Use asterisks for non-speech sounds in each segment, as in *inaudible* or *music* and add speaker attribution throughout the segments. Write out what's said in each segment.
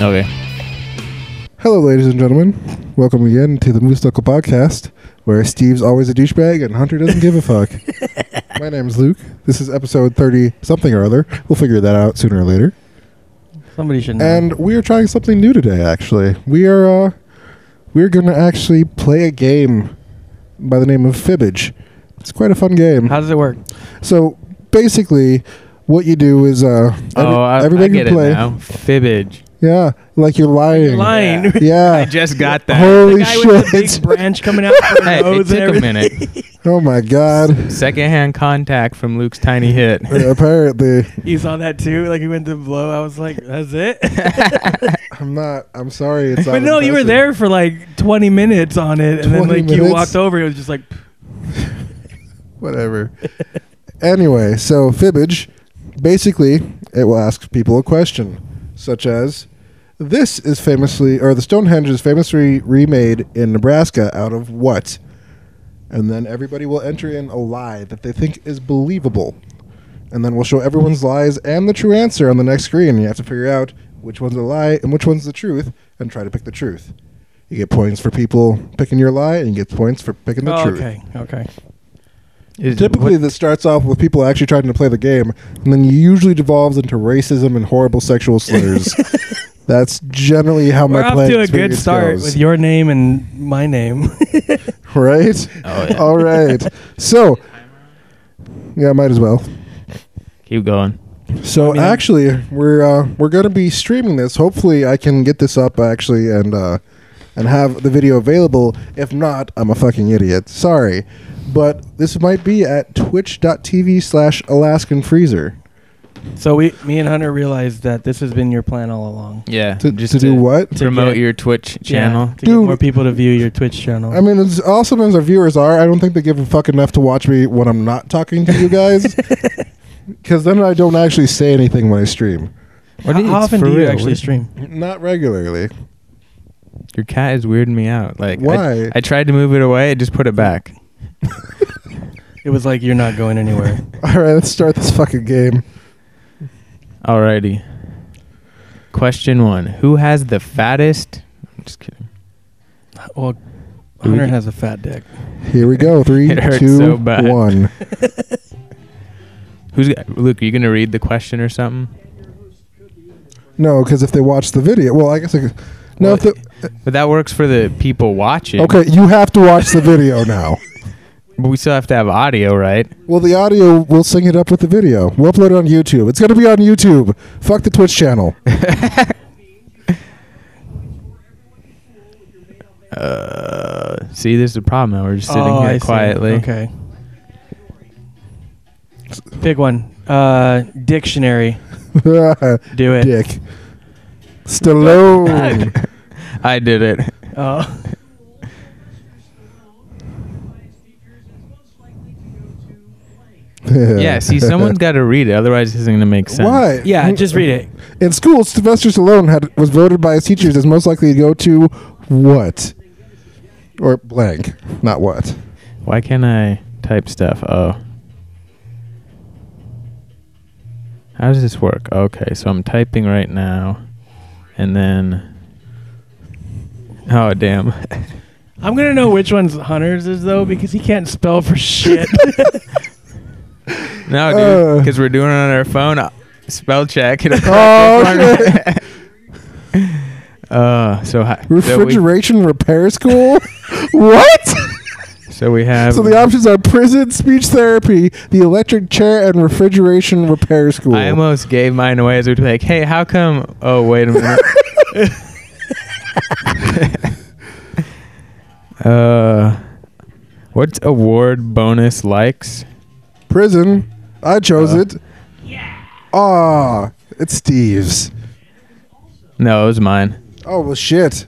Speaker 1: Okay.
Speaker 2: Hello, ladies and gentlemen. Welcome again to the Moose Knuckle Podcast, where Steve's always a douchebag and Hunter doesn't give a
Speaker 1: *laughs*
Speaker 2: fuck. My name's Luke. This is episode 30 something or other. We'll figure that out sooner or later.
Speaker 1: Somebody should know.
Speaker 2: And we are trying something new today, actually. We are, uh, we're going to actually play a game by the name of Fibbage. It's quite a fun game.
Speaker 1: How does it work?
Speaker 2: So basically, what you do is uh, every-
Speaker 1: oh, I, I
Speaker 2: everybody
Speaker 1: get
Speaker 2: can play.
Speaker 1: it now. Fibbage.
Speaker 2: Yeah, like you're
Speaker 3: *laughs*
Speaker 2: lying.
Speaker 1: Line. *laughs*
Speaker 2: Yeah.
Speaker 3: I just got that.
Speaker 2: Holy
Speaker 1: Guy with the
Speaker 2: shit!
Speaker 1: big branch coming out. From
Speaker 3: Hey, it
Speaker 1: nose and
Speaker 3: took a
Speaker 1: everything.
Speaker 3: minute.
Speaker 2: *laughs*
Speaker 3: *laughs*
Speaker 2: Oh my god!
Speaker 3: Secondhand contact from Luke's tiny hit.
Speaker 2: Yeah, apparently,
Speaker 1: You saw that too? Like he went to blow. I was like, *laughs* that's it.
Speaker 2: I'm not. I'm sorry. It's
Speaker 1: but no, you were there for like 20 minutes on it, and then
Speaker 2: 20
Speaker 1: like you
Speaker 2: minutes?
Speaker 1: walked over. It was *laughs* just like,
Speaker 2: Whatever. anyway, so fibbage, basically, it will ask people a question, such as, "This is famously, or the Stonehenge is famously remade in Nebraska out of what?" And then everybody will enter in a lie that they think is believable, and then we'll show everyone's lies and the true answer on the next screen. You have to figure out which one's a lie and which one's the truth, and try to pick the truth. You get points for people picking your lie, and you get points for picking the
Speaker 1: oh,
Speaker 2: truth.
Speaker 1: okay, okay.
Speaker 3: *laughs* Is-
Speaker 2: Typically,
Speaker 3: what-
Speaker 2: this starts off with people actually trying to play the game, and then usually devolves into racism and
Speaker 3: *laughs*
Speaker 2: horrible sexual
Speaker 1: *laughs*
Speaker 2: slurs. That's generally how
Speaker 1: We're
Speaker 2: my
Speaker 1: off
Speaker 2: playing
Speaker 1: to a good
Speaker 2: experience
Speaker 1: start
Speaker 2: goes.
Speaker 1: with your name and my name.
Speaker 2: *laughs* right?
Speaker 3: Oh, yeah.
Speaker 2: All right. So, yeah, might as well.
Speaker 3: Keep going.
Speaker 2: So
Speaker 1: I mean-
Speaker 2: actually, we're uh, we're gonna be streaming this. Hopefully, I can get this up actually and uh, and have the video available. If not, I'm a fucking idiot. Sorry, but this might be at Twitch.tv/slash Alaskan Freezer.
Speaker 1: so we, me and Hunter realized that this has been your plan all along.
Speaker 3: Yeah.
Speaker 2: To, to do what?
Speaker 1: to
Speaker 3: Promote
Speaker 1: get-
Speaker 3: your Twitch channel.
Speaker 1: Yeah, to get
Speaker 2: Dude.
Speaker 1: more people to view your Twitch channel.
Speaker 2: I mean, as awesome as our viewers are, I don't think they give a fuck enough to watch me when I'm not talking to you *laughs* guys. Because then I don't actually say anything when I stream.
Speaker 3: What
Speaker 1: how
Speaker 3: is-
Speaker 1: often
Speaker 3: for
Speaker 1: do you
Speaker 3: real,
Speaker 1: actually
Speaker 3: what-
Speaker 1: stream?
Speaker 2: Not regularly.
Speaker 3: Your cat is weirding me out. Like I-
Speaker 2: Why?
Speaker 3: I, tried to move it away. I just put it back.
Speaker 1: It was like you're not
Speaker 2: *laughs*
Speaker 1: going anywhere.
Speaker 2: All right, let's start this fucking game.
Speaker 3: Alrighty. Question one: Who has the fattest? I'm just kidding.
Speaker 1: well,
Speaker 3: Do we
Speaker 1: Hunter
Speaker 3: get-
Speaker 1: has a fat dick.
Speaker 2: Here we *laughs* go. Three,
Speaker 3: It hurts
Speaker 2: two,
Speaker 3: so bad.
Speaker 2: one.
Speaker 3: Who's Luke? Are you gonna read the question or something?
Speaker 2: No, because if they watch the video, well, I guess I could. No, if
Speaker 3: Well,
Speaker 2: the,
Speaker 3: But that works for the people watching.
Speaker 2: okay, you have to watch the video now.
Speaker 3: But we still have to have audio, right?
Speaker 2: Well, the audio, we'll sync it up with the video. We'll upload it on YouTube. It's going to be on YouTube. Fuck the Twitch
Speaker 3: *laughs*
Speaker 2: channel.
Speaker 3: Uh, see, this is the problem. Now we're just sitting
Speaker 1: Oh,
Speaker 3: here
Speaker 1: I see.
Speaker 3: quietly.
Speaker 1: Okay. Pick one. Uh, dictionary. Do it.
Speaker 2: *laughs* Dick. Stallone.
Speaker 3: *laughs* I did it.
Speaker 1: Oh. *laughs*
Speaker 3: Yeah,
Speaker 2: *laughs*
Speaker 3: see,
Speaker 1: *laughs*
Speaker 3: someone's got to read it, otherwise, it isn't going to make sense.
Speaker 2: Why?
Speaker 1: yeah, just read it.
Speaker 2: In school, Sylvester Stallone had was voted by his teachers as most likely to go to what? Or blank, not what.
Speaker 3: Why can't I type stuff? Oh. How does this work? Okay, so I'm typing right now, and then. Oh, damn. *laughs*
Speaker 1: I'm gonna know which one's Hunter's is though because he can't spell for shit.
Speaker 3: No, dude,
Speaker 2: Uh.
Speaker 3: because we're doing it on our phone. uh, Spell check. *laughs* It'll
Speaker 2: Oh,
Speaker 3: shit. *laughs* uh, so, hi-
Speaker 2: Refrigeration repair school? *laughs* what?
Speaker 3: So we, so we have.
Speaker 2: So the options are prison, speech therapy, the electric chair, and refrigeration repair school.
Speaker 3: I almost gave mine away as we'd be like, hey, how come? Oh, wait a minute. *laughs* uh, what's award bonus likes?
Speaker 2: prison. I chose
Speaker 3: Uh.
Speaker 2: it. Ah, it's Steve's.
Speaker 3: No, it was mine. *laughs*
Speaker 2: Oh well, shit.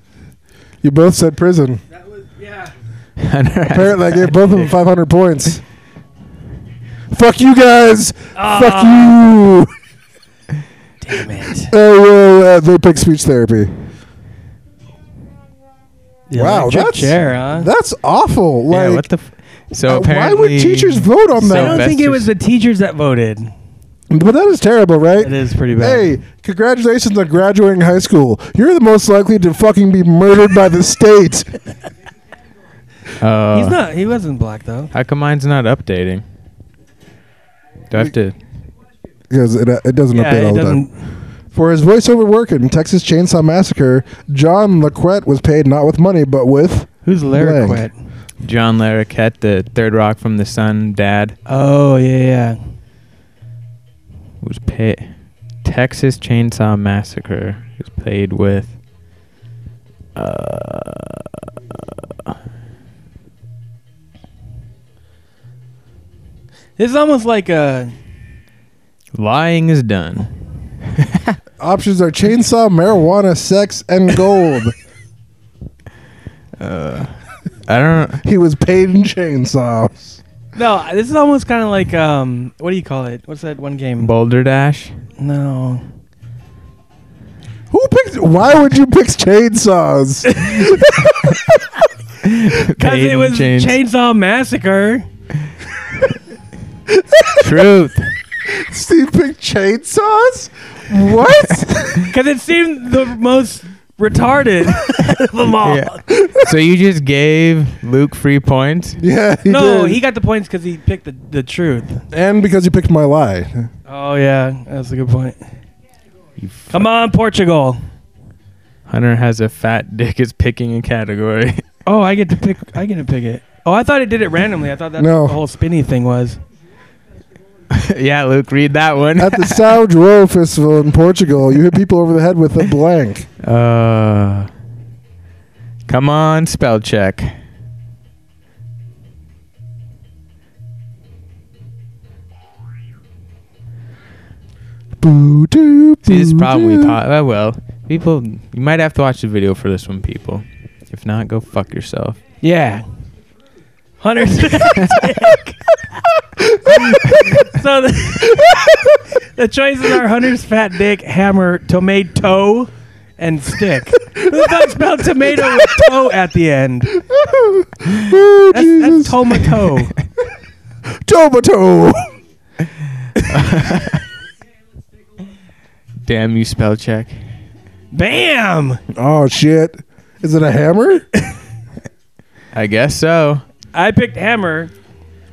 Speaker 2: You both said prison. Apparently, I gave both
Speaker 1: *laughs*
Speaker 2: of them 500 points. Fuck you guys. Fuck you.
Speaker 1: *laughs*
Speaker 2: *laughs*
Speaker 1: Damn *laughs* it.
Speaker 2: Oh, well, uh, they picked speech therapy.
Speaker 1: The
Speaker 2: Wow,
Speaker 1: electric
Speaker 2: that's-
Speaker 1: chair, huh?
Speaker 2: That's awful. Like,
Speaker 3: *laughs* yeah, what the? F- so
Speaker 2: uh, why
Speaker 3: apparently,
Speaker 2: would teachers vote on
Speaker 3: so
Speaker 2: that?
Speaker 1: I don't think it was the teachers that voted.
Speaker 2: But that is terrible, right?
Speaker 1: It is pretty bad.
Speaker 2: Hey, congratulations on graduating high school. You're the most likely to fucking be murdered by the
Speaker 1: *laughs*
Speaker 2: state.
Speaker 3: Uh,
Speaker 1: He's not. He wasn't black though.
Speaker 3: How come mine's not updating? Do I have to?
Speaker 2: Because it, uh, it doesn't update all
Speaker 1: it
Speaker 2: the time.
Speaker 1: doesn't.
Speaker 2: For his voiceover work in Texas Chainsaw Massacre, John LaQuette was paid not with money, but with.
Speaker 1: Who's Larry
Speaker 2: Blank.
Speaker 1: Quet?
Speaker 3: John Larroquette, the third rock from the sun, dad
Speaker 1: Oh yeah, yeah.
Speaker 3: was paid. Texas Chainsaw Massacre was played with. uh,
Speaker 1: It's almost like a.
Speaker 3: Lying is done.
Speaker 2: Options are chainsaw, marijuana, sex, and gold.
Speaker 3: Uh, I don't.
Speaker 2: he was paid in chainsaws.
Speaker 1: No, this is almost kind of like um. What do you call it? What's that one game?
Speaker 3: Boulder
Speaker 1: *laughs*
Speaker 3: Dash.
Speaker 1: No.
Speaker 2: Who picks? Why would you pick chainsaws?
Speaker 1: Because
Speaker 3: Paid
Speaker 1: it
Speaker 3: in
Speaker 1: was
Speaker 3: chains.
Speaker 1: Chainsaw Massacre.
Speaker 3: *laughs* Truth.
Speaker 2: Steve picked chainsaws. What?
Speaker 1: Because it seemed the most retarded of them all.
Speaker 3: Yeah. So you just gave Luke free points.
Speaker 2: yeah. He
Speaker 1: no,
Speaker 2: did.
Speaker 1: *laughs* he got the points because he picked the, the truth.
Speaker 2: and because you picked my lie.
Speaker 1: Oh yeah, that's a good point.
Speaker 3: You f-
Speaker 1: Come on, Portugal.
Speaker 3: Hunter has a fat dick. Is picking a category. *laughs*
Speaker 1: Oh, I get to pick. I get to pick it. Oh, I thought it did it randomly. I thought that's
Speaker 2: No.
Speaker 1: what the whole spinny thing was.
Speaker 3: yeah, Luke, read that one.
Speaker 2: At the
Speaker 3: *laughs*
Speaker 2: São João Festival in Portugal, you hit people over the head with a blank.
Speaker 3: Uh, come on, spell check.
Speaker 2: Boo doo.
Speaker 3: See, this is
Speaker 2: boo
Speaker 3: probably
Speaker 2: doo.
Speaker 3: po- uh, well. People, you might have to watch the video for this one, people. If not, go fuck yourself.
Speaker 1: Yeah. Hunter's *laughs* so the, the choices are Hunter's fat dick, hammer, tomato, and *laughs* stick. Who the fuck spelled tomato with toe at the end?
Speaker 2: Oh, Jesus.
Speaker 1: That's, that's tomato.
Speaker 2: Tomato.
Speaker 3: *laughs* Damn you, spell check.
Speaker 1: Bam!
Speaker 2: Oh shit! Is it a
Speaker 1: *laughs*
Speaker 2: hammer?
Speaker 3: I guess so.
Speaker 1: I picked hammer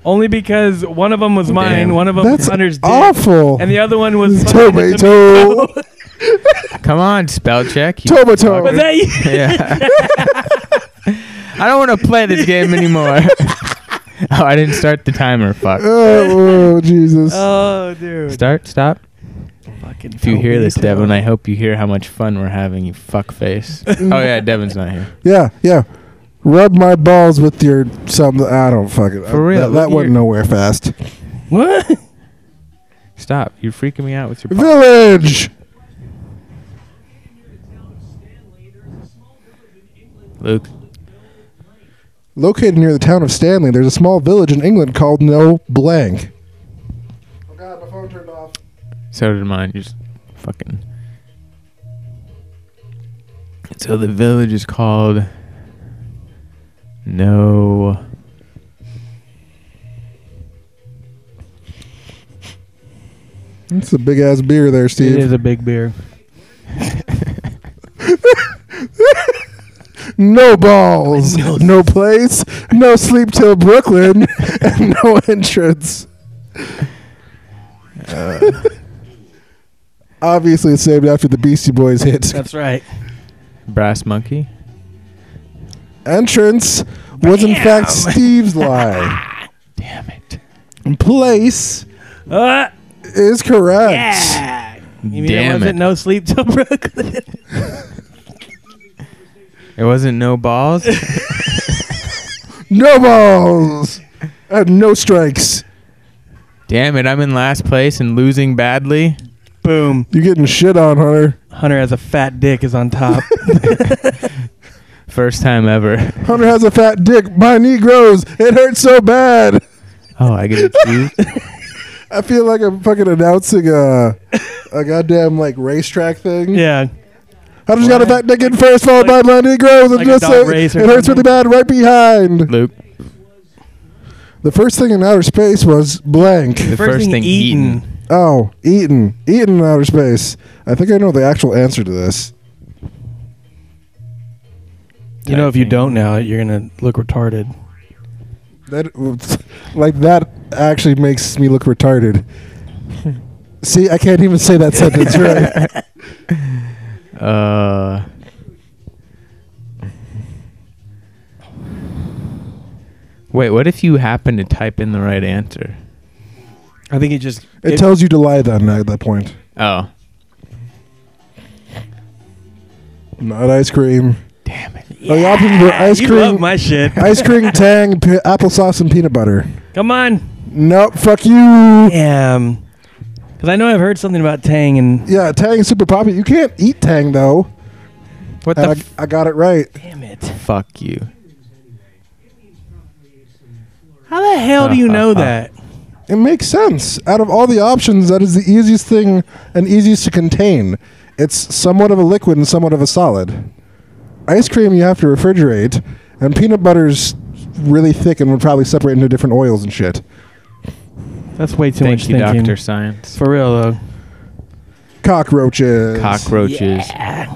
Speaker 1: only because one of them was mine,
Speaker 3: Damn.
Speaker 1: one of them was
Speaker 2: That's
Speaker 1: Hunter's dick,
Speaker 2: awful.
Speaker 1: and the other one
Speaker 2: *laughs*
Speaker 1: was fucking
Speaker 2: tomato.
Speaker 3: Come on, spell check. you
Speaker 2: Tomato.
Speaker 1: Was
Speaker 3: fucker.
Speaker 1: that you?
Speaker 3: yeah.
Speaker 1: *laughs*
Speaker 3: I don't want to play this game anymore. oh, I didn't start the timer. Fuck.
Speaker 2: oh, oh, Jesus!
Speaker 1: Oh, dude.
Speaker 3: Start. Stop.
Speaker 1: Fucking
Speaker 3: If you hear this,
Speaker 1: tomato.
Speaker 3: Devin, I
Speaker 2: *laughs*
Speaker 3: hope you hear how much fun we're having, you fuckface. oh, yeah, Devin's not here.
Speaker 2: yeah, yeah. Rub my balls with your something. I don't fucking.
Speaker 3: For real,
Speaker 2: That,
Speaker 3: look
Speaker 2: that
Speaker 3: at
Speaker 2: went
Speaker 3: your-
Speaker 2: nowhere fast.
Speaker 1: What?
Speaker 3: Stop. You're freaking me out with your. pop-
Speaker 2: Village.
Speaker 3: Luke.
Speaker 2: Located near the town of Stanley, there's a small village in England called No Blank. Oh God, my phone turned off.
Speaker 3: So did mine. Just fucking. So the village is called. No.
Speaker 2: It's a big ass beer there,
Speaker 1: It is
Speaker 2: Steve.
Speaker 1: a big beer.
Speaker 2: No balls, no, place, no sleep till Brooklyn, and no entrance. Obviously, it's saved after the Beastie Boys hit.
Speaker 1: That's right.
Speaker 3: Brass Monkey.
Speaker 2: Entrance was in fact Steve's lie.
Speaker 3: Damn it.
Speaker 2: Place
Speaker 1: Uh,
Speaker 2: is correct.
Speaker 1: yeah. You mean it
Speaker 3: Damn
Speaker 1: wasn't
Speaker 3: it.
Speaker 1: no sleep till *laughs* Brooklyn?
Speaker 3: It wasn't no *laughs* balls.
Speaker 2: No balls and no strikes.
Speaker 3: Damn it. I'm in last place and losing badly.
Speaker 1: Boom.
Speaker 2: You're getting shit on, Hunter.
Speaker 1: Hunter has a fat dick is on *laughs* top.
Speaker 3: First time ever.
Speaker 2: Hunter has a fat dick. My knee grows. It hurts so bad.
Speaker 3: Oh, I *laughs* get to choose.
Speaker 2: I feel like I'm fucking announcing a, a goddamn like racetrack thing.
Speaker 1: yeah.
Speaker 2: I just got a fat dick in first, followed by my knee grows.
Speaker 1: like
Speaker 2: And
Speaker 1: a
Speaker 2: just
Speaker 1: dog
Speaker 2: say, it
Speaker 1: race or
Speaker 2: hurts really
Speaker 1: something.
Speaker 2: bad right behind.
Speaker 3: Luke.
Speaker 2: The first thing in outer space was blank.
Speaker 3: The
Speaker 1: First
Speaker 3: first
Speaker 1: thing
Speaker 3: thing
Speaker 1: eaten.
Speaker 3: eaten.
Speaker 2: *laughs* Oh, Eaton. Eaton in outer space. I think I know the actual answer to this.
Speaker 1: You know, if you
Speaker 3: Typing.
Speaker 1: don't now, you're gonna look retarded.
Speaker 2: That *laughs* like that actually makes me look
Speaker 1: *laughs*
Speaker 2: retarded. See, I can't even say that sentence right.
Speaker 1: *laughs*
Speaker 3: Uh, wait, what if you happen to type in the right answer?
Speaker 1: I think it just
Speaker 2: It tells you to lie then at that point.
Speaker 3: Oh,
Speaker 2: Not ice cream.
Speaker 3: damn it.
Speaker 2: Oh, the options were ice
Speaker 1: you
Speaker 2: cream,
Speaker 1: love my
Speaker 2: *laughs*
Speaker 1: shit.
Speaker 2: ice cream, tang, pi- applesauce, and peanut butter.
Speaker 1: Come on,
Speaker 2: Nope, fuck you.
Speaker 1: damn. Because I know I've heard something about Tang and
Speaker 2: Yeah, tang is super popular. You can't eat tang though.
Speaker 3: What the
Speaker 2: And
Speaker 1: Uh,
Speaker 2: I,
Speaker 3: f-
Speaker 2: I got it right.
Speaker 1: damn it.
Speaker 3: fuck you?
Speaker 1: How the hell
Speaker 3: Uh,
Speaker 1: do you know that?
Speaker 2: It makes sense. Out of all the options, that is the easiest thing and easiest to contain. It's somewhat of a liquid and somewhat of a solid. Ice cream you have to refrigerate, and peanut butter's really thick and would probably separate into different oils and shit.
Speaker 1: That's way too
Speaker 3: Thank
Speaker 1: much
Speaker 3: you,
Speaker 1: thinking.
Speaker 3: Doctor Science.
Speaker 1: For real though.
Speaker 2: Cockroaches.
Speaker 3: Cockroaches.
Speaker 1: Yeah.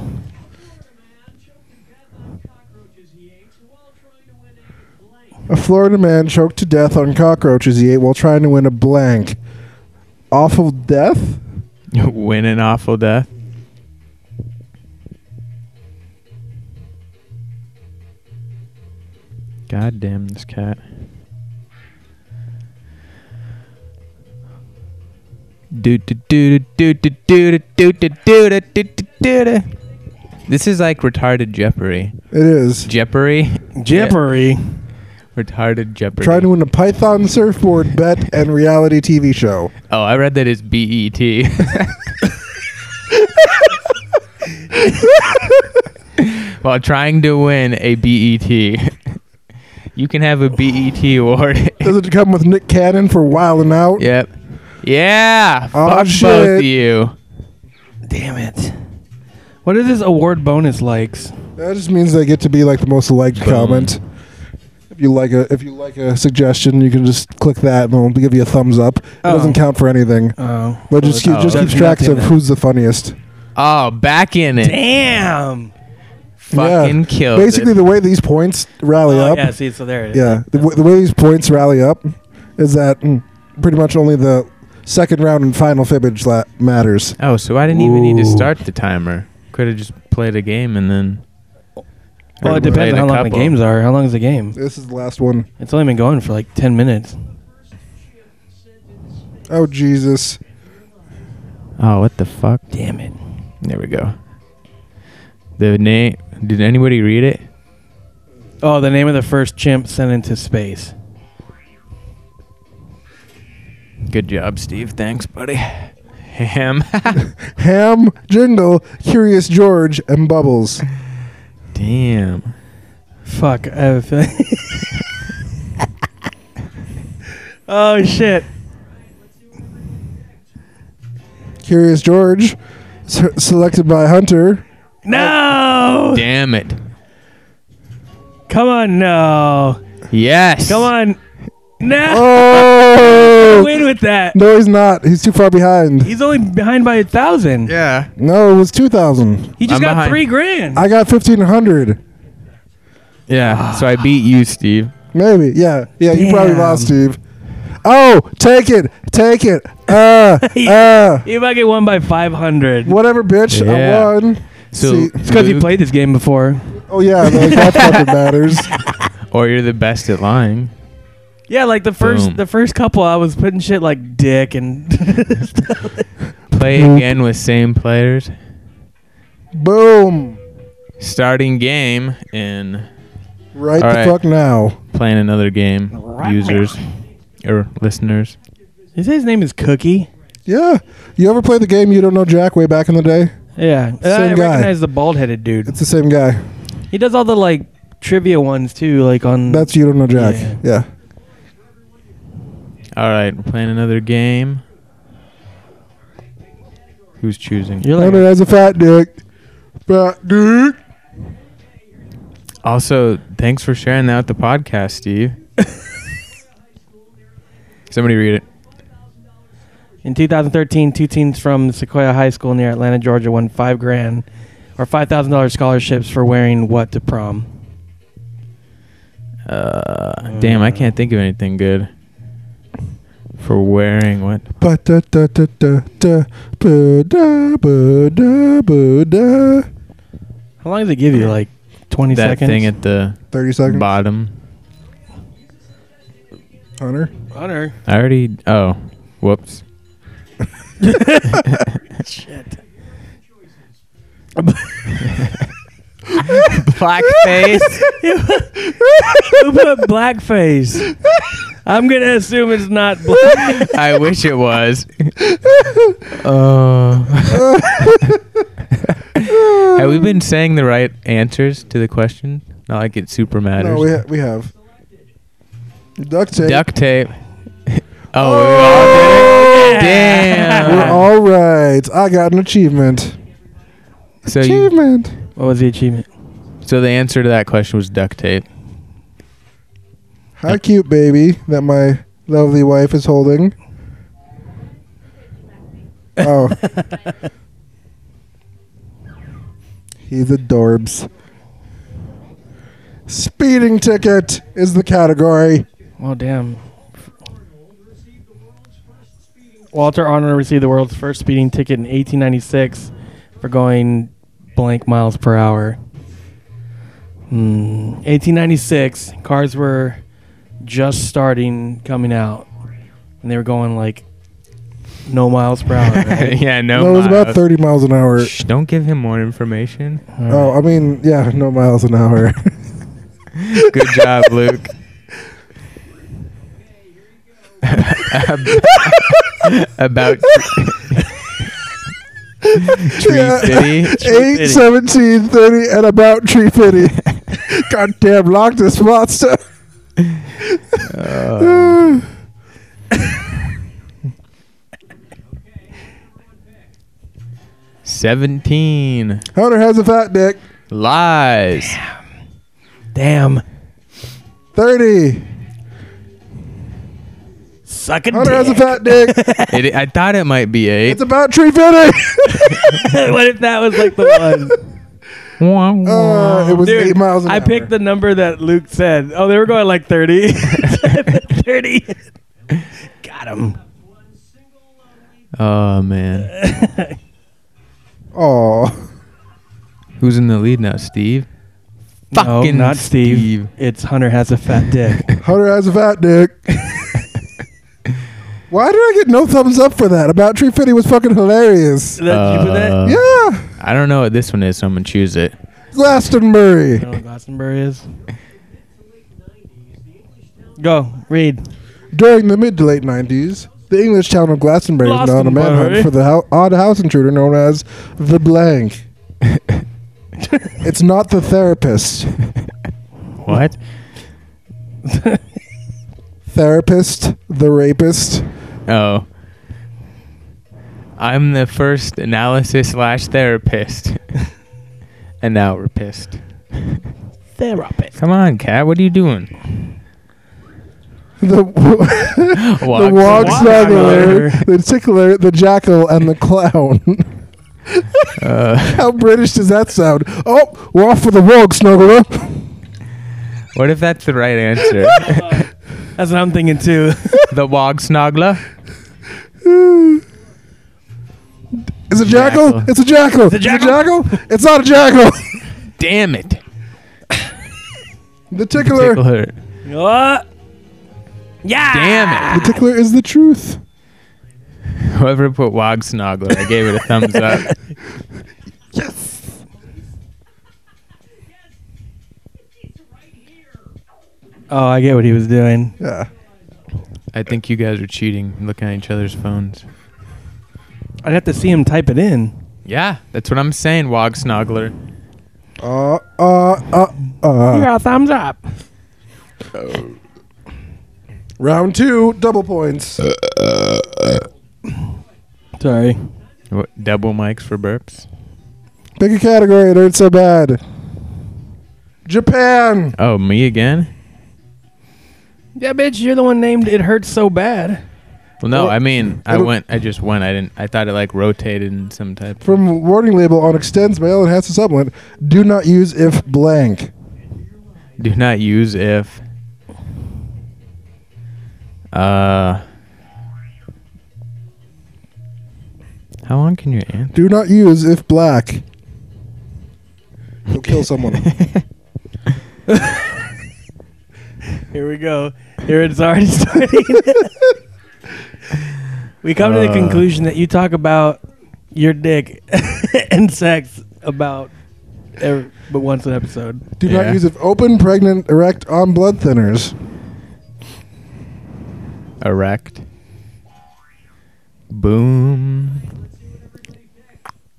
Speaker 2: A Florida man choked to death on cockroaches he ate while trying to win a blank. Awful death?
Speaker 3: *laughs* Win an awful death. God damn this cat. Do do do do do do do do do do do do do do do. This is like retarded Jeopardy.
Speaker 2: It is.
Speaker 3: Jeopardy. *laughs*
Speaker 1: Jeopardy.
Speaker 3: Retarded Jeopardy.
Speaker 2: Trying to win a Python surfboard bet and reality TV show.
Speaker 3: oh, I read that it's B E T. While trying to win a BET. You can have a BET award. *laughs*
Speaker 2: Does it come with Nick Cannon for wilding out?
Speaker 3: yep. Yeah.
Speaker 2: Oh,
Speaker 3: fuck both
Speaker 2: shit.
Speaker 3: of you.
Speaker 1: Damn it. What is this award bonus likes?
Speaker 2: That just means they get to be like the most liked
Speaker 3: Boom.
Speaker 2: comment. If you like a if you like a suggestion, you can just click that and it'll give you a thumbs up. It
Speaker 1: Oh.
Speaker 2: doesn't count for anything.
Speaker 1: Oh.
Speaker 2: But just keep,
Speaker 3: Oh,
Speaker 2: just
Speaker 3: okay.
Speaker 2: keeps track of
Speaker 1: Nothing.
Speaker 2: who's the funniest.
Speaker 3: Oh, back in it.
Speaker 1: Damn.
Speaker 3: Fucking killed
Speaker 2: Basically,
Speaker 3: it.
Speaker 2: the way these points rally
Speaker 1: Oh,
Speaker 2: up,
Speaker 1: yeah, see, so there it is.
Speaker 2: yeah, the, w- the way these points rally up is that mm, pretty much only the second round and final fibbage la- matters.
Speaker 3: oh, so I didn't even need to
Speaker 1: Ooh.
Speaker 3: start the timer. Could have just played a game and then.
Speaker 1: Well,
Speaker 3: or
Speaker 1: it
Speaker 3: played
Speaker 1: depends on
Speaker 3: a
Speaker 1: how long the
Speaker 3: couple.
Speaker 1: games are. How long is the game?
Speaker 2: This is the last one.
Speaker 1: It's only been going for like 10 minutes.
Speaker 2: Oh Jesus!
Speaker 3: Oh, what the fuck?
Speaker 1: Damn it.
Speaker 3: There we go. The name. Did anybody read it?
Speaker 1: Oh, the name of the first chimp sent into space.
Speaker 3: Good job, Steve. Thanks, buddy. Ham. *laughs*
Speaker 2: Ham, Jingle, Curious George, and Bubbles.
Speaker 3: Damn.
Speaker 1: Fuck. I have a feeling. *laughs* oh, shit.
Speaker 2: Curious George, se- selected by Hunter.
Speaker 1: No!
Speaker 3: Damn it.
Speaker 1: Come on, no.
Speaker 3: Yes.
Speaker 1: Come on. No!
Speaker 2: Oh!
Speaker 1: Win with that.
Speaker 2: No, he's not. He's too far behind.
Speaker 1: He's only behind by a thousand.
Speaker 3: Yeah.
Speaker 2: No, it was 2,000.
Speaker 1: He just
Speaker 3: I'm
Speaker 1: got
Speaker 3: behind.
Speaker 1: three grand.
Speaker 2: I got 1,500.
Speaker 3: Yeah. So I beat you, Steve.
Speaker 2: Maybe. Yeah. Yeah, you probably
Speaker 1: Damn.
Speaker 2: lost, Steve. Oh, take it. Take it. Uh, uh.
Speaker 1: *laughs* He might get one by 500.
Speaker 2: Whatever, bitch.
Speaker 3: Yeah.
Speaker 2: I won.
Speaker 3: So
Speaker 2: See-
Speaker 1: It's because you
Speaker 3: Luke,
Speaker 1: played this game before.
Speaker 2: Oh, yeah.
Speaker 3: *laughs*
Speaker 2: Like, that fucking matters.
Speaker 3: Or you're the best at lying.
Speaker 1: *laughs* Yeah, like the first
Speaker 3: Boom.
Speaker 1: the first couple, I was putting shit like dick and *laughs*
Speaker 3: Play
Speaker 2: Nope.
Speaker 3: again with same players.
Speaker 2: Boom.
Speaker 3: Starting game and
Speaker 2: Right
Speaker 3: All
Speaker 2: the
Speaker 3: right.
Speaker 2: fuck now.
Speaker 3: playing another game. Users or listeners.
Speaker 1: you say his name is Cookie.
Speaker 2: Yeah. You ever play the game You Don't Know Jack way back in the day?
Speaker 1: Yeah, And I
Speaker 2: Same guy.
Speaker 1: recognize the bald headed dude.
Speaker 2: It's the same guy.
Speaker 1: He does all the like trivia ones too, like
Speaker 3: Mm.
Speaker 1: on.
Speaker 2: That's You Don't Know Jack.
Speaker 1: Yeah.
Speaker 2: yeah.
Speaker 3: All right. We're playing another game. Who's choosing?
Speaker 1: you're
Speaker 2: Hunter
Speaker 1: like
Speaker 2: has a fat dick. Fat dick.
Speaker 3: Also, thanks for sharing that with the podcast, Steve. Somebody read it.
Speaker 1: In 2013, two teens from Sequoia High School near Atlanta, Georgia, won five grand or five thousand dollars scholarships for wearing what to prom?
Speaker 3: Uh, damn, I can't think of anything good for wearing what.
Speaker 2: Ba da da da da da ba da ba da ba da.
Speaker 1: How long does it give you? Like 20
Speaker 3: that
Speaker 1: seconds.
Speaker 3: thing at the
Speaker 2: Thirty seconds.
Speaker 3: bottom.
Speaker 2: Hunter.
Speaker 1: Hunter.
Speaker 3: I already. Oh,
Speaker 2: *laughs*
Speaker 3: whoops. *laughs*
Speaker 2: *laughs*
Speaker 3: Blackface.
Speaker 1: *laughs* Who put blackface? I'm gonna assume it's not black.
Speaker 3: I wish it was. Uh, *laughs* have we been saying the right answers to the question? Not like it super matters.
Speaker 2: *laughs* No, we ha- we have. Duct tape.
Speaker 3: Duct tape. *laughs* oh, we all did it? Damn.
Speaker 2: *laughs* Oh! We're all right. I got an achievement.
Speaker 3: so, you,
Speaker 2: achievement.
Speaker 1: What was the achievement?
Speaker 3: so the answer to that question was duct tape.
Speaker 2: How cute, baby, that my lovely wife is holding. Oh. He's adorbs. Speeding ticket is the category.
Speaker 1: Well, damn. Walter Arnold received the world's first speeding ticket in 1896 for going blank miles per hour. Hmm. 1896, cars were just starting coming out, and they were going like no miles per
Speaker 3: *laughs*
Speaker 1: hour.
Speaker 2: *laughs*
Speaker 1: Right?
Speaker 3: yeah, no.
Speaker 2: No, it was about
Speaker 3: miles.
Speaker 2: 30 miles an hour.
Speaker 3: Shh, don't give him more information.
Speaker 2: Oh, I mean, yeah, *laughs* no miles an hour.
Speaker 3: *laughs* Good job, Luke. *laughs* about
Speaker 2: *laughs*
Speaker 3: Tree
Speaker 2: Yeah.
Speaker 3: City.
Speaker 2: Eight,
Speaker 1: Fitty.
Speaker 2: seventeen, thirty, and about
Speaker 3: *laughs*
Speaker 2: tree fitty. Goddamn, lock this monster.
Speaker 3: Uh, Seventeen
Speaker 2: *sighs* Hunter has a fat dick.
Speaker 3: lies.
Speaker 1: Damn.
Speaker 2: 30.
Speaker 1: Suck a
Speaker 2: Hunter has a
Speaker 1: dick.
Speaker 3: *laughs*
Speaker 2: fat dick.
Speaker 3: It, I thought it might be eight.
Speaker 2: it's about tree fitting.
Speaker 3: *laughs*
Speaker 1: *laughs* what if that was
Speaker 2: *laughs*
Speaker 1: like the one?
Speaker 3: Wah, wah.
Speaker 2: Uh, it was
Speaker 1: Dude,
Speaker 2: eight miles an
Speaker 1: I
Speaker 2: hour.
Speaker 1: picked the number that Luke said. Oh, they were going like 30. 30. Got him.
Speaker 3: oh man,
Speaker 2: Oh.
Speaker 3: who's in the lead now? Steve. Fucking
Speaker 1: no, not Steve.
Speaker 3: Steve.
Speaker 1: It's Hunter has a fat dick.
Speaker 2: Hunter has a fat dick. Why did I get no thumbs up for that? About tree fitting was fucking hilarious.
Speaker 1: Did you put that?
Speaker 3: Uh,
Speaker 2: yeah.
Speaker 3: I don't know what this one is, so I'm gonna choose
Speaker 1: *laughs*
Speaker 3: it.
Speaker 2: Glastonbury.
Speaker 1: You know what Glastonbury is? Go, read.
Speaker 2: During the mid to late 90s, the English town of Glastonbury was on a manhunt
Speaker 1: Glastonbury.
Speaker 2: for the hou- odd house intruder known as the blank. it's not the therapist. *laughs*
Speaker 3: What?
Speaker 2: Therapist, the rapist.
Speaker 3: Oh. I'm the first analysis slash therapist. *laughs* and now we're pissed. *laughs*
Speaker 1: Therapist.
Speaker 3: Come on, cat. What are you doing?
Speaker 2: The, *laughs* the
Speaker 3: Walks-
Speaker 2: wog
Speaker 1: walk
Speaker 2: smuggler,
Speaker 1: smuggler.
Speaker 2: the tickler, the jackal, and the clown.
Speaker 3: Uh,
Speaker 2: *laughs* How British does that sound? Oh, we're off for the wog smuggler.
Speaker 3: what if that's the right answer? *laughs*
Speaker 2: *laughs*
Speaker 1: That's what I'm thinking too. *laughs*
Speaker 3: the wog snoggler?
Speaker 2: It's a jackal.
Speaker 3: Jackal.
Speaker 2: It's a jackal. It's
Speaker 1: a jackal?
Speaker 2: It's not a jackal. *laughs*
Speaker 3: Damn it.
Speaker 2: The tickler.
Speaker 3: Tickle her.
Speaker 1: What? Yeah.
Speaker 3: Damn
Speaker 2: The tickler is the truth.
Speaker 3: *laughs* Whoever put wog snoggler, I gave it a thumbs up. *laughs*
Speaker 1: Oh, I get what he was doing.
Speaker 2: Yeah.
Speaker 3: I think you guys are cheating, looking at each other's phones.
Speaker 1: I'd have to see him type it in.
Speaker 3: Yeah, that's what I'm saying, wog snoggler.
Speaker 2: Uh, uh, uh,
Speaker 1: You
Speaker 2: uh.
Speaker 1: got a thumbs up.
Speaker 2: Round two, double points.
Speaker 1: Sorry.
Speaker 3: What, double mics for burps?
Speaker 2: Pick a category. It ain't so bad. Japan.
Speaker 3: Oh, me again?
Speaker 1: Yeah, bitch, you're the one named It Hurts So Bad.
Speaker 3: Well, no,
Speaker 2: Well,
Speaker 3: I mean, I
Speaker 2: it'll-
Speaker 3: went. I just went. I didn't. I thought it like rotated in some type. of-
Speaker 2: From warning label on extends mail and has a supplement. Do not use if blank.
Speaker 3: Do not use if. Uh. How long can your aunt?
Speaker 2: Do not use if black. You'll kill someone.
Speaker 1: Here we go. Here it's already *laughs* starting. we come to the
Speaker 3: Uh.
Speaker 1: conclusion that you talk about your dick *laughs* and sex about every, but once an episode.
Speaker 2: Do
Speaker 3: Yeah.
Speaker 2: not use if open, pregnant, erect on blood thinners.
Speaker 3: Erect. Boom.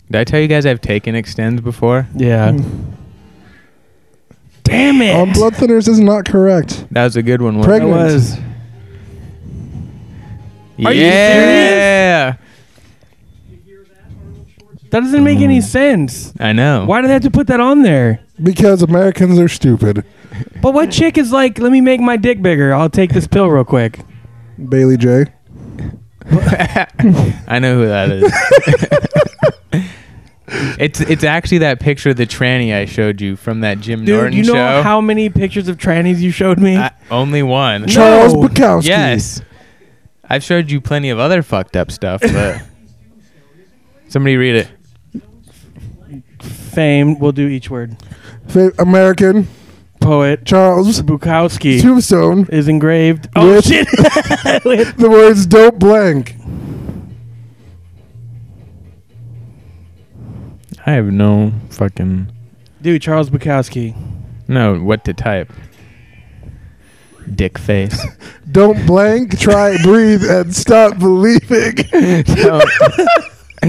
Speaker 3: Did I tell you guys I've taken extends before?
Speaker 1: Yeah. Damn it!
Speaker 2: On Hmm. blood thinners is not correct.
Speaker 3: That was a good one.
Speaker 1: I
Speaker 3: wasn't
Speaker 2: Pregnant.
Speaker 1: was.
Speaker 3: it?
Speaker 1: Are you
Speaker 3: yeah.
Speaker 1: That doesn't make
Speaker 3: Mm.
Speaker 1: any sense.
Speaker 3: I know.
Speaker 1: Why do they have to put that on there?
Speaker 2: Because Americans are stupid.
Speaker 1: But what chick is like, let me make my dick bigger. I'll take this pill real quick.
Speaker 2: Bailey J.
Speaker 3: *laughs* I know who that is. *laughs* it's it's actually that picture of the tranny I showed you from that Jim
Speaker 1: Dude,
Speaker 3: Norton
Speaker 1: you know
Speaker 3: show.
Speaker 1: how many pictures of trannies you showed me?
Speaker 3: I- only one.
Speaker 1: No.
Speaker 2: Charles Bukowski.
Speaker 3: Yes. I've showed you plenty of other fucked up stuff, but somebody read it.
Speaker 1: Fame. We'll do each word.
Speaker 2: Fa- American.
Speaker 1: Poet
Speaker 2: Charles
Speaker 1: Bukowski
Speaker 2: Tombstone.
Speaker 1: is engraved. Oh
Speaker 2: With-
Speaker 1: shit! *laughs* With-
Speaker 2: The words don't blank.
Speaker 3: I have no fucking
Speaker 1: Dude, Charles Bukowski.
Speaker 3: no what to type. Dick face.
Speaker 2: Don't blank. Try, breathe, and stop believing.
Speaker 3: don't,
Speaker 2: *laughs*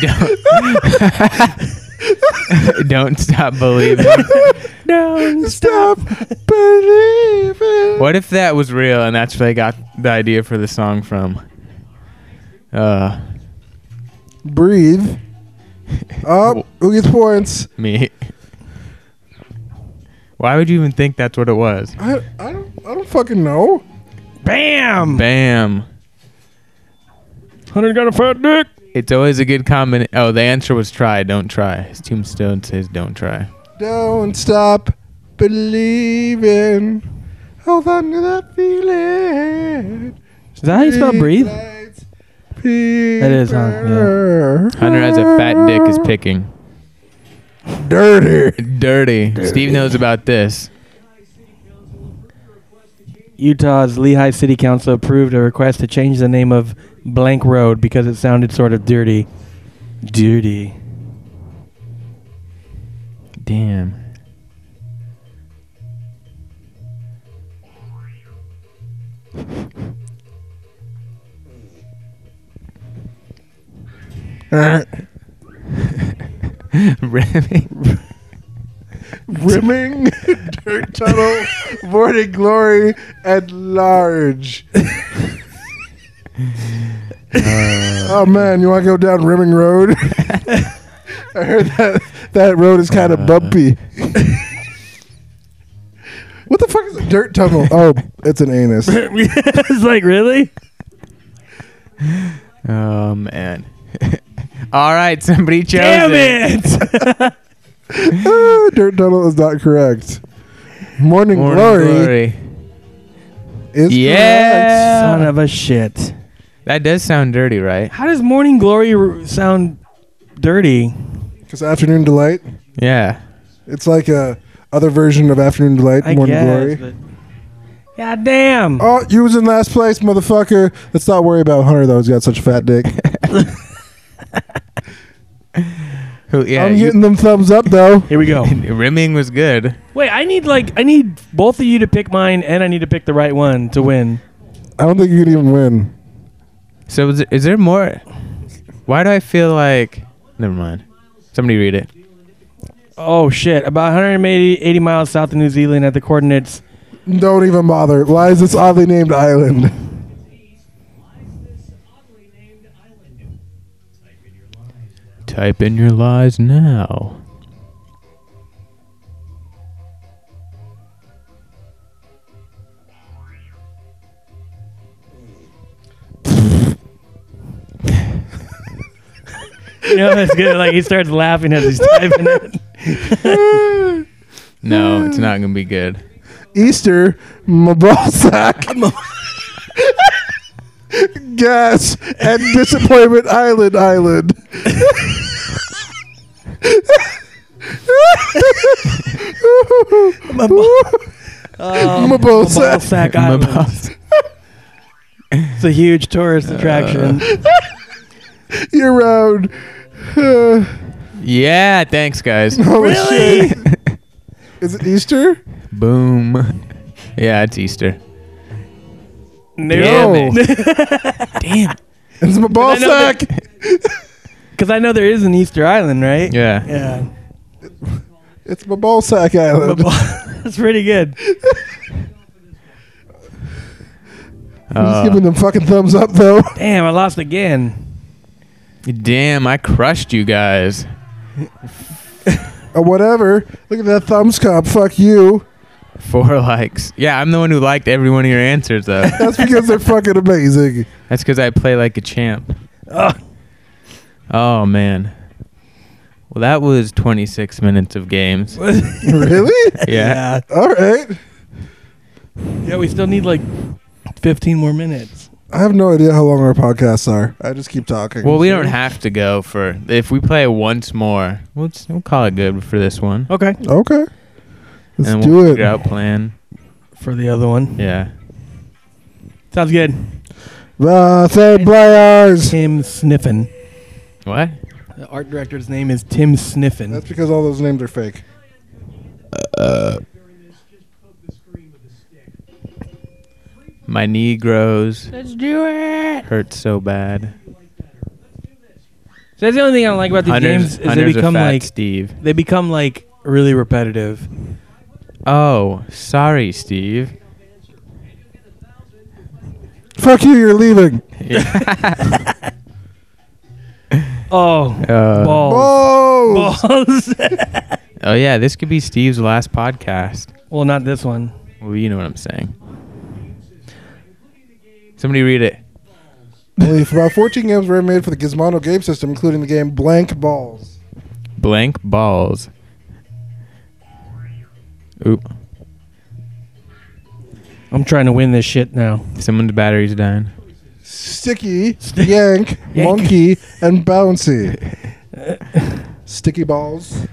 Speaker 3: Don't- Don't stop believing.
Speaker 1: No.
Speaker 2: Stop believing.
Speaker 3: What if that was real and that's where they got the idea for the song from? Uh,
Speaker 2: Breathe. Up. Who gets points?
Speaker 3: me. Why would you even think that's what it was?
Speaker 2: I, I, don't, I don't fucking know.
Speaker 1: Bam.
Speaker 3: Bam.
Speaker 1: Hunter got a fat dick.
Speaker 3: It's always a good comment. Oh, the answer was try, don't try. His tombstone says don't try.
Speaker 2: Don't stop believing. Hold on to that feeling.
Speaker 1: Is that how you spell breathe?
Speaker 2: That
Speaker 1: is, huh?
Speaker 3: Hunter has a fat dick is picking.
Speaker 2: Dirty. *laughs*
Speaker 3: Dirty. Steve knows about this.
Speaker 1: Utah's Lehigh City Council approved a request to change the name of Blank Road because it sounded sort of dirty. *laughs* Dirty.
Speaker 3: Damn. *laughs* Rimming.
Speaker 2: Rimming, *laughs* dirt tunnel, morning glory, and large. oh man, you want to go down Rimming Road? *laughs* I heard that that road is kind
Speaker 3: Uh.
Speaker 2: of bumpy. what the fuck is a dirt tunnel? Oh, it's
Speaker 3: *laughs*
Speaker 2: an anus.
Speaker 1: it's like really?
Speaker 3: Oh man. *laughs* All right, somebody chose
Speaker 1: Damn
Speaker 3: it.
Speaker 1: it!
Speaker 2: Ah, dirt tunnel is not correct. Morning,
Speaker 3: Morning
Speaker 2: glory,
Speaker 3: glory.
Speaker 2: is
Speaker 3: Yeah.
Speaker 1: *laughs* Son of a shit.
Speaker 3: That does sound dirty, right?
Speaker 1: How does Morning Glory r- sound dirty?
Speaker 2: Because afternoon delight,
Speaker 3: Yeah.
Speaker 2: it's like a other version of afternoon delight.
Speaker 1: I
Speaker 2: morning
Speaker 1: guess.
Speaker 2: glory.
Speaker 1: But God damn.
Speaker 2: Oh, you was in last place, motherfucker. Let's not worry about Hunter though. He's got such a fat
Speaker 1: *laughs*
Speaker 2: dick.
Speaker 3: Who? Yeah.
Speaker 2: I'm
Speaker 3: you-
Speaker 2: getting them thumbs up though.
Speaker 1: Here we go.
Speaker 3: rimming was good.
Speaker 1: *laughs* Wait, I need like I need both of you to pick mine, and I need to pick the right one to win.
Speaker 2: I don't think you can even win.
Speaker 3: So is, is there more? Why do I feel like? Never mind. Somebody read it.
Speaker 1: Oh shit! About 180 80 miles south of New Zealand at the coordinates.
Speaker 2: Don't even bother. Lies this oddly named island. *laughs*
Speaker 3: Type in your lies now.
Speaker 1: You know, that's good. Like he starts laughing as he's typing *laughs* it.
Speaker 3: No, it's not gonna be good.
Speaker 2: Easter, my
Speaker 1: *laughs*
Speaker 2: ballsack. *laughs* Gas and disappointment island island.
Speaker 1: *laughs* My ball,
Speaker 2: *laughs* my
Speaker 1: ball
Speaker 2: ballsack.
Speaker 1: sack Uh, island. It's a huge tourist attraction.
Speaker 2: Year round. *sighs* Uh,
Speaker 3: yeah, thanks guys.
Speaker 2: holy
Speaker 1: Really?
Speaker 2: shit. Is it Easter?
Speaker 3: *laughs* Boom. Yeah, it's Easter.
Speaker 1: Because *laughs*
Speaker 3: Damn.
Speaker 2: It's my
Speaker 1: know that-
Speaker 2: ballsack.
Speaker 1: I know there is an Easter Island, right?
Speaker 3: Yeah.
Speaker 1: Yeah.
Speaker 2: *laughs* It's my ballsack island.
Speaker 1: *laughs* That's pretty good.
Speaker 2: I'm just
Speaker 3: Uh,
Speaker 2: giving them fucking thumbs up though.
Speaker 1: Damn, I lost again.
Speaker 3: Uh, Damn, I crushed you guys.
Speaker 2: or whatever. Look at that thumbs cup. Fuck you.
Speaker 3: Four *laughs* likes. Yeah, I'm the one who liked every one of your answers though.
Speaker 2: *laughs* That's because they're
Speaker 3: *laughs*
Speaker 2: fucking amazing.
Speaker 3: That's because I play like a champ.
Speaker 1: Ugh.
Speaker 3: Oh man. Well, that was 26 minutes of games.
Speaker 1: *laughs*
Speaker 2: Really?
Speaker 3: Yeah.
Speaker 2: All right.
Speaker 1: yeah. Yeah, we still need like 15 more minutes.
Speaker 2: I have no idea how long our podcasts are. I just keep talking.
Speaker 3: Well, we don't have to go for if we play once more. We'll, just, we'll call it good for this one.
Speaker 1: Okay.
Speaker 2: Okay. Let's
Speaker 3: and we'll
Speaker 2: do
Speaker 3: figure
Speaker 2: it.
Speaker 3: out plan.
Speaker 1: For the other one.
Speaker 3: Yeah.
Speaker 1: Sounds good.
Speaker 2: The third players.
Speaker 1: Tim Sniffin.
Speaker 3: What?
Speaker 1: The art director's name is Tim Sniffin.
Speaker 2: That's because all those names are fake.
Speaker 3: My knee grows. Let's do it. Hurts so bad.
Speaker 1: So that's the only thing I don't like about these
Speaker 3: Hunter's,
Speaker 1: games is they
Speaker 3: Hunter's
Speaker 1: become
Speaker 3: a fat
Speaker 1: like
Speaker 3: Steve.
Speaker 1: they become like really repetitive.
Speaker 3: Oh, sorry,
Speaker 1: *laughs*
Speaker 3: Steve.
Speaker 2: Fuck you. You're leaving.
Speaker 1: Oh,
Speaker 3: Uh,
Speaker 1: balls.
Speaker 2: Whoa.
Speaker 1: Balls.
Speaker 3: *laughs*
Speaker 1: *laughs*
Speaker 3: oh yeah, this could be Steve's last podcast.
Speaker 1: well, not this one.
Speaker 3: Well, you know what I'm saying. Somebody read it.
Speaker 2: Only about 14 games were made for the Gizmodo game system, including the game Blank Balls.
Speaker 3: Blank balls. Oop.
Speaker 1: I'm trying to win this shit now.
Speaker 3: Someone's battery's dying.
Speaker 2: Sticky,
Speaker 3: *laughs*
Speaker 2: yank, monkey, and bouncy. Sticky balls.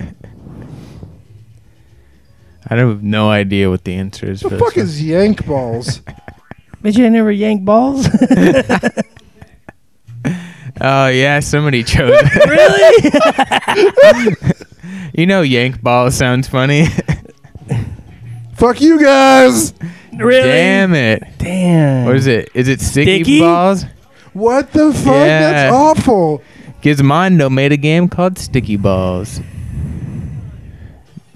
Speaker 3: I have no idea what the answer is.
Speaker 2: The
Speaker 3: for this
Speaker 2: fuck
Speaker 3: one.
Speaker 2: is yank balls?
Speaker 1: Bitch, you never yank balls.
Speaker 3: Oh yeah,
Speaker 1: *laughs*
Speaker 3: somebody chose. it.
Speaker 1: *laughs* really? *laughs*
Speaker 3: *laughs* you know, yank ball sounds funny.
Speaker 2: fuck you guys.
Speaker 1: *laughs* really?
Speaker 3: Damn it.
Speaker 1: Damn.
Speaker 3: What is it? Is it sticky,
Speaker 1: Sticky?
Speaker 3: balls?
Speaker 2: What the fuck? That's
Speaker 3: Yeah.
Speaker 2: awful.
Speaker 3: Gizmondo made a game called Sticky Balls.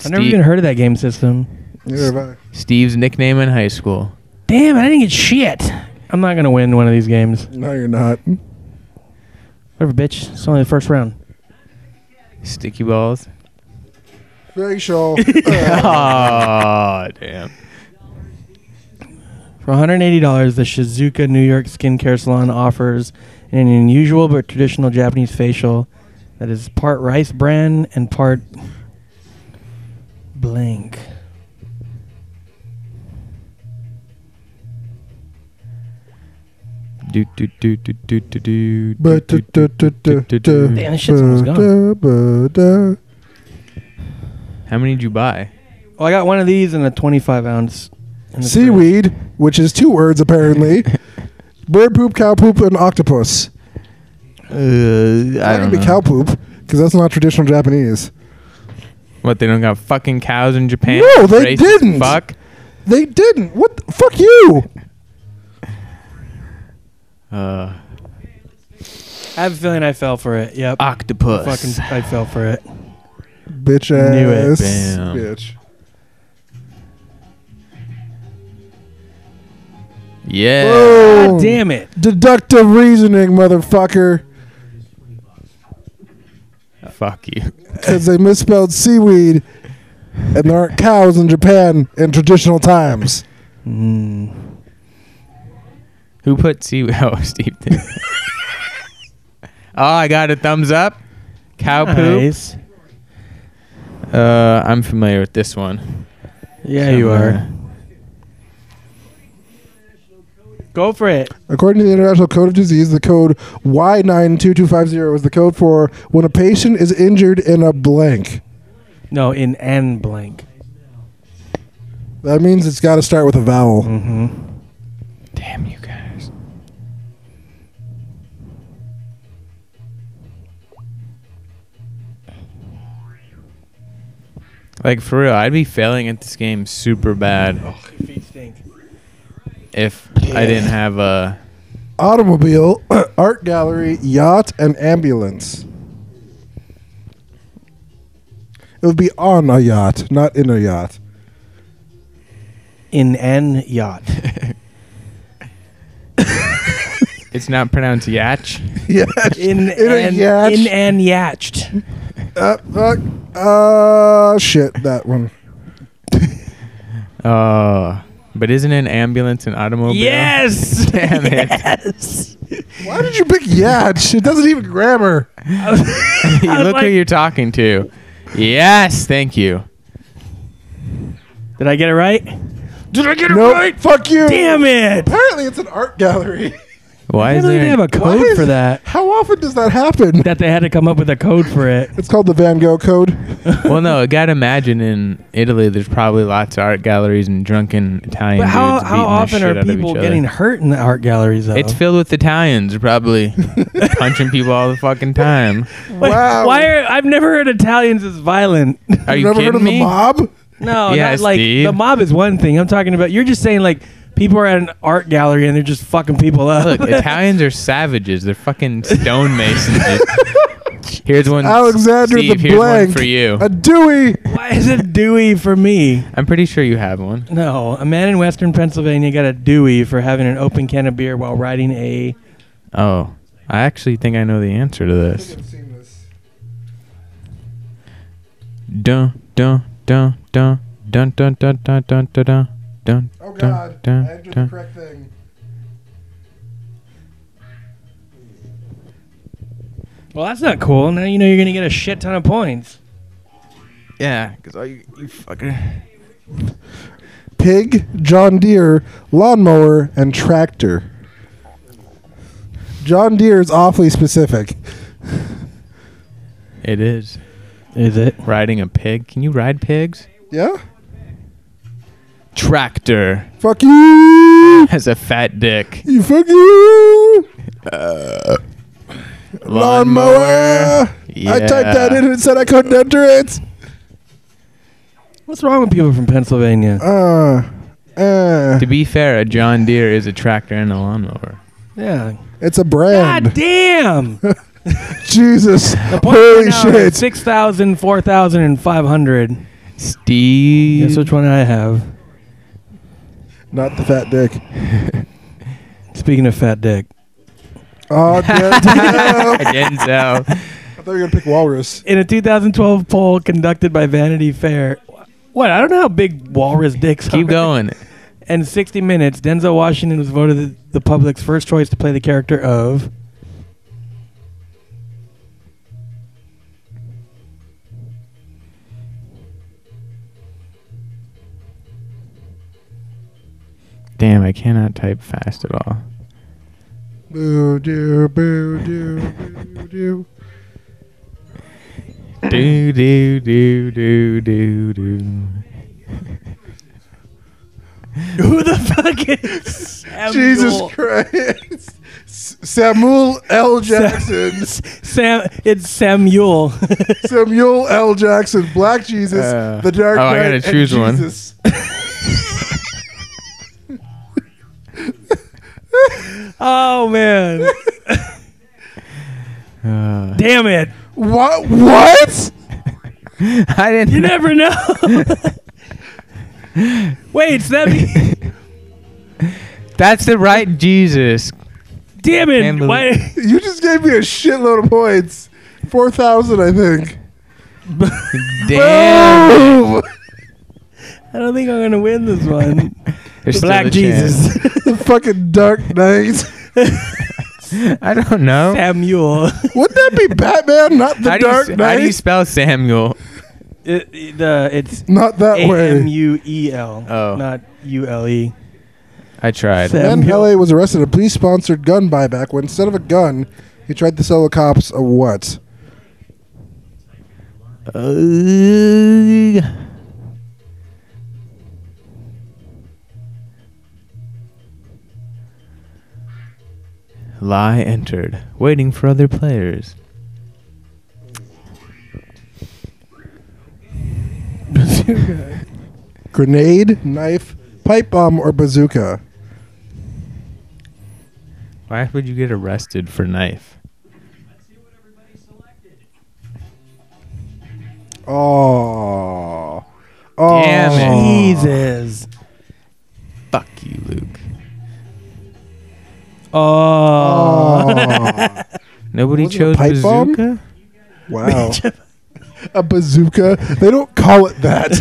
Speaker 1: I've never
Speaker 3: Ste-
Speaker 1: even heard of that game system.
Speaker 2: Neither have I.
Speaker 3: Steve's nickname in high school.
Speaker 1: Damn, I didn't get shit. I'm not gonna win one of these games.
Speaker 2: No, you're not.
Speaker 1: Whatever, bitch. It's only the first round.
Speaker 3: Sticky Balls. *laughs*
Speaker 2: Facial. *laughs*
Speaker 3: oh damn.
Speaker 1: For $180, the Shizuka New York Skincare Salon offers an unusual but traditional Japanese facial that is part rice bran and part blank.
Speaker 3: Do do do do do do do.
Speaker 2: But
Speaker 3: do, do, do, do, do, do.
Speaker 1: Damn, this shit's almost gone.
Speaker 3: How many did you buy?
Speaker 1: Well, Oh, I got one of these and a 25 ounce. in the fridge.
Speaker 2: Seaweed, which is two
Speaker 3: *laughs*
Speaker 2: words apparently. Bird poop, cow poop, and octopus.
Speaker 3: Uh, I
Speaker 2: That
Speaker 3: don't
Speaker 2: could be
Speaker 3: know.
Speaker 2: cow poop because that's not traditional Japanese.
Speaker 3: what they don't got fucking cows in Japan?
Speaker 2: No, they
Speaker 3: Racist
Speaker 2: didn't.
Speaker 3: Fuck.
Speaker 2: They didn't. What? The, fuck you.
Speaker 3: Uh,
Speaker 1: I have a feeling I fell for it.
Speaker 3: Ah.
Speaker 1: Yep.
Speaker 3: octopus.
Speaker 1: Fucking, I fell for it.
Speaker 2: Bitch ass.
Speaker 1: Knew it.
Speaker 3: Bam.
Speaker 2: Bitch.
Speaker 3: yeah.
Speaker 2: Boom.
Speaker 1: God damn it.
Speaker 2: Oh, Deductive reasoning, motherfucker.
Speaker 3: Fuck you.
Speaker 2: Because they misspelled seaweed and there aren't cows in Japan in traditional times.
Speaker 1: Mm.
Speaker 3: *laughs* Who put seaweed? Oh, Steve did. oh, I got a thumbs up. Cow poop.
Speaker 1: Nice.
Speaker 3: Uh, I'm familiar with this one.
Speaker 1: Yeah,
Speaker 3: So,
Speaker 1: you
Speaker 3: uh,
Speaker 1: are. Go for it.
Speaker 2: According to the International Code of Disease, the code Y92250 is the code for when a patient is injured in a blank.
Speaker 1: No, in N blank.
Speaker 2: That means it's got to start with a vowel.
Speaker 1: Mm-hmm.
Speaker 3: Damn you guys. Like for real, I'd be failing at this game super bad
Speaker 1: Your feet stink.
Speaker 3: if I didn't have a
Speaker 2: Automobile, *clears throat* art gallery, yacht, and ambulance. It would be on a yacht, not in a
Speaker 3: *laughs*
Speaker 2: yacht.
Speaker 1: In N
Speaker 3: *laughs*
Speaker 1: yacht.
Speaker 3: It's not pronounced yatch.
Speaker 2: Yeah.
Speaker 1: In
Speaker 2: *laughs* In a
Speaker 1: N
Speaker 2: yacht.
Speaker 1: in N
Speaker 3: Oh,
Speaker 1: yatched.
Speaker 2: Uh, fuck. Uh, shit, that one.
Speaker 3: Oh, but isn't an ambulance an automobile?
Speaker 1: Yes.
Speaker 3: Damn it.
Speaker 1: Yes.
Speaker 2: Why did you pick yacht? It doesn't even grammar.
Speaker 3: *laughs* You
Speaker 1: I'm
Speaker 3: Look who
Speaker 1: like-
Speaker 3: you're talking to. Yes, thank you.
Speaker 1: Did I get it right?
Speaker 2: Did I get it nope. right? Fuck you.
Speaker 1: Damn it.
Speaker 2: Apparently, it's an
Speaker 3: *laughs*
Speaker 2: art gallery.
Speaker 3: Why
Speaker 1: I
Speaker 3: is
Speaker 1: don't
Speaker 3: there?
Speaker 1: even have a
Speaker 2: Why
Speaker 1: code
Speaker 2: is-
Speaker 1: for that.
Speaker 2: How often does that happen?
Speaker 1: That they had to come up with a code for it.
Speaker 2: It's called the Van Gogh Code.
Speaker 3: *laughs* well, no, I gotta imagine in Italy, there's probably lots of art galleries and drunken Italian.
Speaker 1: But how
Speaker 3: dudes
Speaker 1: how
Speaker 3: beating the
Speaker 1: often
Speaker 3: shit
Speaker 1: are
Speaker 3: out of each
Speaker 1: people
Speaker 3: other.
Speaker 1: getting hurt in the art galleries though?
Speaker 3: It's filled with Italians,
Speaker 1: *laughs*
Speaker 3: probably punching people all the fucking time.
Speaker 1: Wait,
Speaker 2: Wow.
Speaker 1: Why are I've never heard Italians as violent.
Speaker 3: Are you
Speaker 2: Never
Speaker 3: kidding
Speaker 2: heard of
Speaker 3: me?
Speaker 2: the mob?
Speaker 3: *laughs*
Speaker 1: no,
Speaker 3: Yeah,
Speaker 1: not like
Speaker 3: Steve.
Speaker 1: the mob is one thing. I'm talking about you're just saying like people are at an art gallery and they're just fucking people up. *laughs*
Speaker 3: Look, Italians are savages. They're fucking
Speaker 1: *laughs*
Speaker 3: stonemasons. here's one,
Speaker 2: Alexander
Speaker 3: Steve,
Speaker 2: the
Speaker 3: here's
Speaker 2: Blank.
Speaker 3: one for you.
Speaker 2: A Dewey.
Speaker 1: Why is it Dewey for me?
Speaker 3: I'm pretty sure you have one.
Speaker 1: No, a man in Western Pennsylvania got a Dewey for having an open can of beer while riding a.
Speaker 3: Oh, I actually think I know the answer to this. Dun dun dun dun dun dun dun dun dun dun dun dun.
Speaker 2: Oh
Speaker 3: God, I Dun, entered the dun.
Speaker 2: correct thing.
Speaker 1: Well, that's not cool. Now you know you're gonna get a shit ton of points.
Speaker 3: Yeah, because all you you fucker.
Speaker 2: Pig, John Deere, lawnmower, and tractor. John Deere is awfully specific.
Speaker 3: It is
Speaker 1: Is it?
Speaker 3: riding a pig. Can you ride pigs?
Speaker 2: Yeah?
Speaker 3: Tractor
Speaker 2: Fuck you!
Speaker 3: has a fat *laughs* dick.
Speaker 2: You fuck you! Lawnmower! I typed that
Speaker 3: Yeah.
Speaker 2: in and it said I couldn't enter it.
Speaker 1: What's wrong with people from Pennsylvania?
Speaker 2: Uh, uh,
Speaker 3: To be fair, a John Deere is a tractor and a lawnmower.
Speaker 1: yeah.
Speaker 2: it's a brand.
Speaker 1: God *laughs* damn.
Speaker 2: Jesus.
Speaker 1: Point
Speaker 2: Holy
Speaker 1: right now is
Speaker 2: shit.
Speaker 1: 6,000, 4,000, and 500.
Speaker 3: Steve. *laughs*
Speaker 1: Guess which one I have.
Speaker 2: Not the fat dick.
Speaker 1: Speaking of fat dick.
Speaker 2: *laughs* Oh, damn.
Speaker 3: Denzel.
Speaker 2: I thought you were gonna pick walrus.
Speaker 1: In a 2012 poll conducted by Vanity Fair, what? I don't know how big walrus dicks are.
Speaker 3: Keep going.
Speaker 1: And 60 Minutes, Denzel Washington was voted the, the public's first choice to play the character of. *laughs*
Speaker 3: Damn, I cannot type fast at all.
Speaker 2: Boo doo boo doo boo doo.
Speaker 3: do do do do do do.
Speaker 1: Who the fuck is. *laughs* Samuel-
Speaker 2: Jesus Christ. S- Samuel L. Jackson.
Speaker 1: Sam, it's Samuel. *laughs*
Speaker 2: Samuel L. Jackson. Black Jesus.
Speaker 3: Uh,
Speaker 2: the Dark
Speaker 3: oh, I
Speaker 2: Knight.
Speaker 3: gotta
Speaker 2: and
Speaker 3: choose one.
Speaker 2: Jesus. *laughs*
Speaker 1: oh, man.
Speaker 3: Uh,
Speaker 1: Damn it.
Speaker 2: What? What?
Speaker 3: I didn't. *laughs*
Speaker 1: You never know. *laughs* Wait, so that be-
Speaker 3: That's the right Jesus.
Speaker 1: damn it!
Speaker 3: Can't believe-
Speaker 1: Why,
Speaker 2: You just gave me a shitload of points. 4,000, I think.
Speaker 3: Damn.
Speaker 2: Boom!
Speaker 1: I don't think I'm gonna win this one.
Speaker 3: There's still a *laughs*
Speaker 2: *laughs*
Speaker 1: Black
Speaker 3: chance.
Speaker 1: Jesus,
Speaker 2: the fucking Dark Knight.
Speaker 3: I don't know.
Speaker 1: Samuel.
Speaker 2: Wouldn't that be Batman? Not the
Speaker 3: how, do you,
Speaker 2: Dark
Speaker 3: s- how
Speaker 2: Knight.
Speaker 3: do you spell Samuel?
Speaker 1: It- it- the it's
Speaker 2: not that
Speaker 1: A M
Speaker 2: way.
Speaker 1: U E L,
Speaker 3: Oh.
Speaker 1: not U L E.
Speaker 3: I tried.
Speaker 1: Sa-
Speaker 2: Then
Speaker 1: Samuel.
Speaker 2: LA was arrested at a police-sponsored gun buyback when instead of a gun, he tried to sell the cops a what?
Speaker 3: Ugh. Lie entered, waiting for other players.
Speaker 2: Grenade, knife, pipe bomb, or bazooka?
Speaker 3: Why would you get arrested for knife?
Speaker 2: Oh. Oh.
Speaker 3: Damn it.
Speaker 1: Jesus.
Speaker 3: Fuck you, Luke.
Speaker 1: *laughs* Oh.
Speaker 2: Oh.
Speaker 3: Nobody
Speaker 2: Was it a
Speaker 3: chose
Speaker 2: pipe bomb?
Speaker 3: bazooka.
Speaker 2: wow. *laughs* a bazooka? They don't call it
Speaker 3: *laughs*
Speaker 2: that.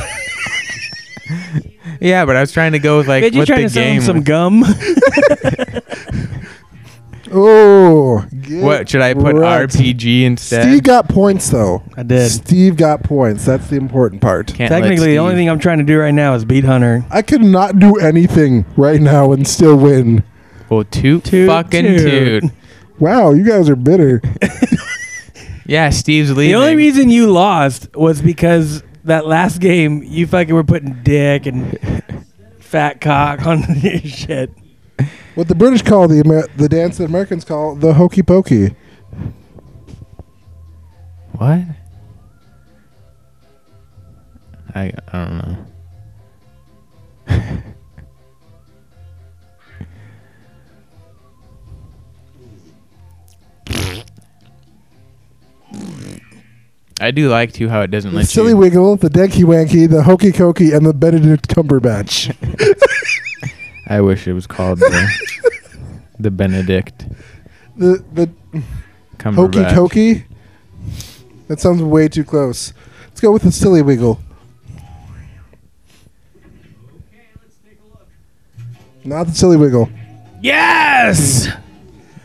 Speaker 3: Yeah, but I was trying to go with like
Speaker 1: Did you
Speaker 3: what
Speaker 1: try
Speaker 3: the
Speaker 1: to sell him
Speaker 3: game. *laughs*
Speaker 1: some gum? *laughs*
Speaker 2: oh. get
Speaker 3: what should I put
Speaker 2: wrecked.
Speaker 3: RPG instead?
Speaker 2: Steve got points though.
Speaker 1: I did.
Speaker 2: Steve got points. That's the important part.
Speaker 3: Can't let
Speaker 1: Technically, the only
Speaker 3: Steve-
Speaker 1: thing I'm trying to do right now is beat Hunter.
Speaker 2: I could not do anything right now and still win.
Speaker 3: well, toot,
Speaker 1: Toot,
Speaker 3: fucking
Speaker 1: toot.
Speaker 3: toot.
Speaker 2: Wow, you guys are bitter.
Speaker 3: Yeah, Steve's leaving.
Speaker 1: The only reason you lost was because that last game you fucking were putting dick and fat cock on *laughs* your shit.
Speaker 2: what the British call the Amer- the dance that Americans call the hokey pokey.
Speaker 3: What? I I don't know. *laughs* I do like too how it doesn't
Speaker 2: The
Speaker 3: let
Speaker 2: silly
Speaker 3: you.
Speaker 2: wiggle, the denky wanky, the hokey cokey, and the Benedict
Speaker 1: *laughs*
Speaker 2: Cumberbatch.
Speaker 3: I wish it was called the, the Benedict
Speaker 2: The the hokey
Speaker 3: Cumberbatch.
Speaker 2: cokey. That sounds way too close. Let's go with the silly wiggle. Not the silly wiggle.
Speaker 1: Yes,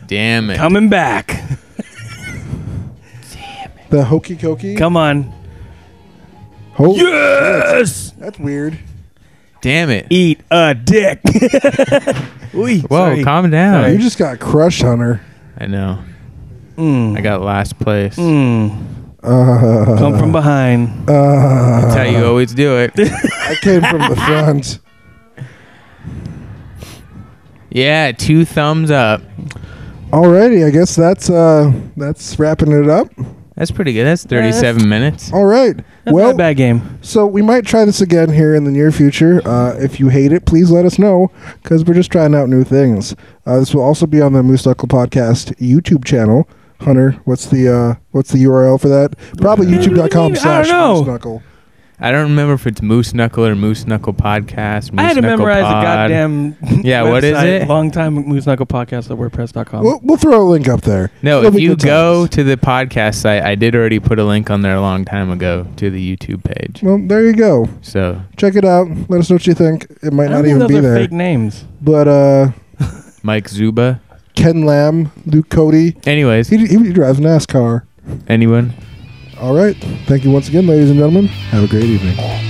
Speaker 3: Damn it!
Speaker 1: coming back.
Speaker 2: The hokey cokey.
Speaker 1: Come on.
Speaker 2: Ho-
Speaker 1: Yes,
Speaker 2: That's weird.
Speaker 3: Damn it!
Speaker 1: eat a dick. Ooh,
Speaker 3: *laughs* Whoa, calm down.
Speaker 2: You just got crushed, Hunter.
Speaker 3: I know.
Speaker 1: Mm.
Speaker 3: I got last place.
Speaker 1: Mm.
Speaker 2: Uh,
Speaker 1: Come from behind. oh,
Speaker 2: uh,
Speaker 3: That's how you always do it.
Speaker 2: I came from the front.
Speaker 3: *laughs* Yeah, two thumbs up.
Speaker 2: Alrighty, I guess that's uh that's wrapping it up.
Speaker 3: That's pretty good. That's 37 minutes.
Speaker 2: All right.
Speaker 1: That's not a
Speaker 2: well,
Speaker 1: bad game.
Speaker 2: so we might try this again here in the near future. Uh, if you hate it, please let us know because we're just trying out new things. Uh, this will also be on the Moose Knuckle Podcast YouTube channel. Hunter, what's the uh, what's the URL for that? Probably
Speaker 1: Yeah.
Speaker 2: youtube.com
Speaker 1: Uh, I
Speaker 2: slash
Speaker 1: don't know.
Speaker 2: Moose Knuckle.
Speaker 3: I don't remember if it's Moose Knuckle or Moose Knuckle Podcast. Moose
Speaker 1: I had to
Speaker 3: Knuckle
Speaker 1: memorize
Speaker 3: Pod.
Speaker 1: a goddamn
Speaker 3: *laughs* Yeah, what is
Speaker 1: website,
Speaker 3: it?
Speaker 1: Long time Moose Knuckle podcast at WordPress.com.
Speaker 2: We'll, we'll throw a link up there.
Speaker 3: No,
Speaker 2: It'll
Speaker 3: if
Speaker 2: be
Speaker 3: you
Speaker 2: good
Speaker 3: go
Speaker 2: times.
Speaker 3: to the podcast site, I did already put a link on there a long time ago to the YouTube page.
Speaker 2: Well, there you go.
Speaker 3: So
Speaker 2: Check it out. Let us know what you think. It
Speaker 1: I
Speaker 2: might
Speaker 1: don't
Speaker 2: not
Speaker 1: think
Speaker 2: even
Speaker 1: those
Speaker 2: be
Speaker 1: are
Speaker 2: there.
Speaker 1: fake names.
Speaker 2: But uh,
Speaker 3: Mike Zuba.
Speaker 2: Ken Lamb, Luke Cody,
Speaker 3: Anyways,
Speaker 2: he, he drives NASCAR.
Speaker 3: anyone?
Speaker 2: All right. Thank you once again, ladies and gentlemen. Have a great evening.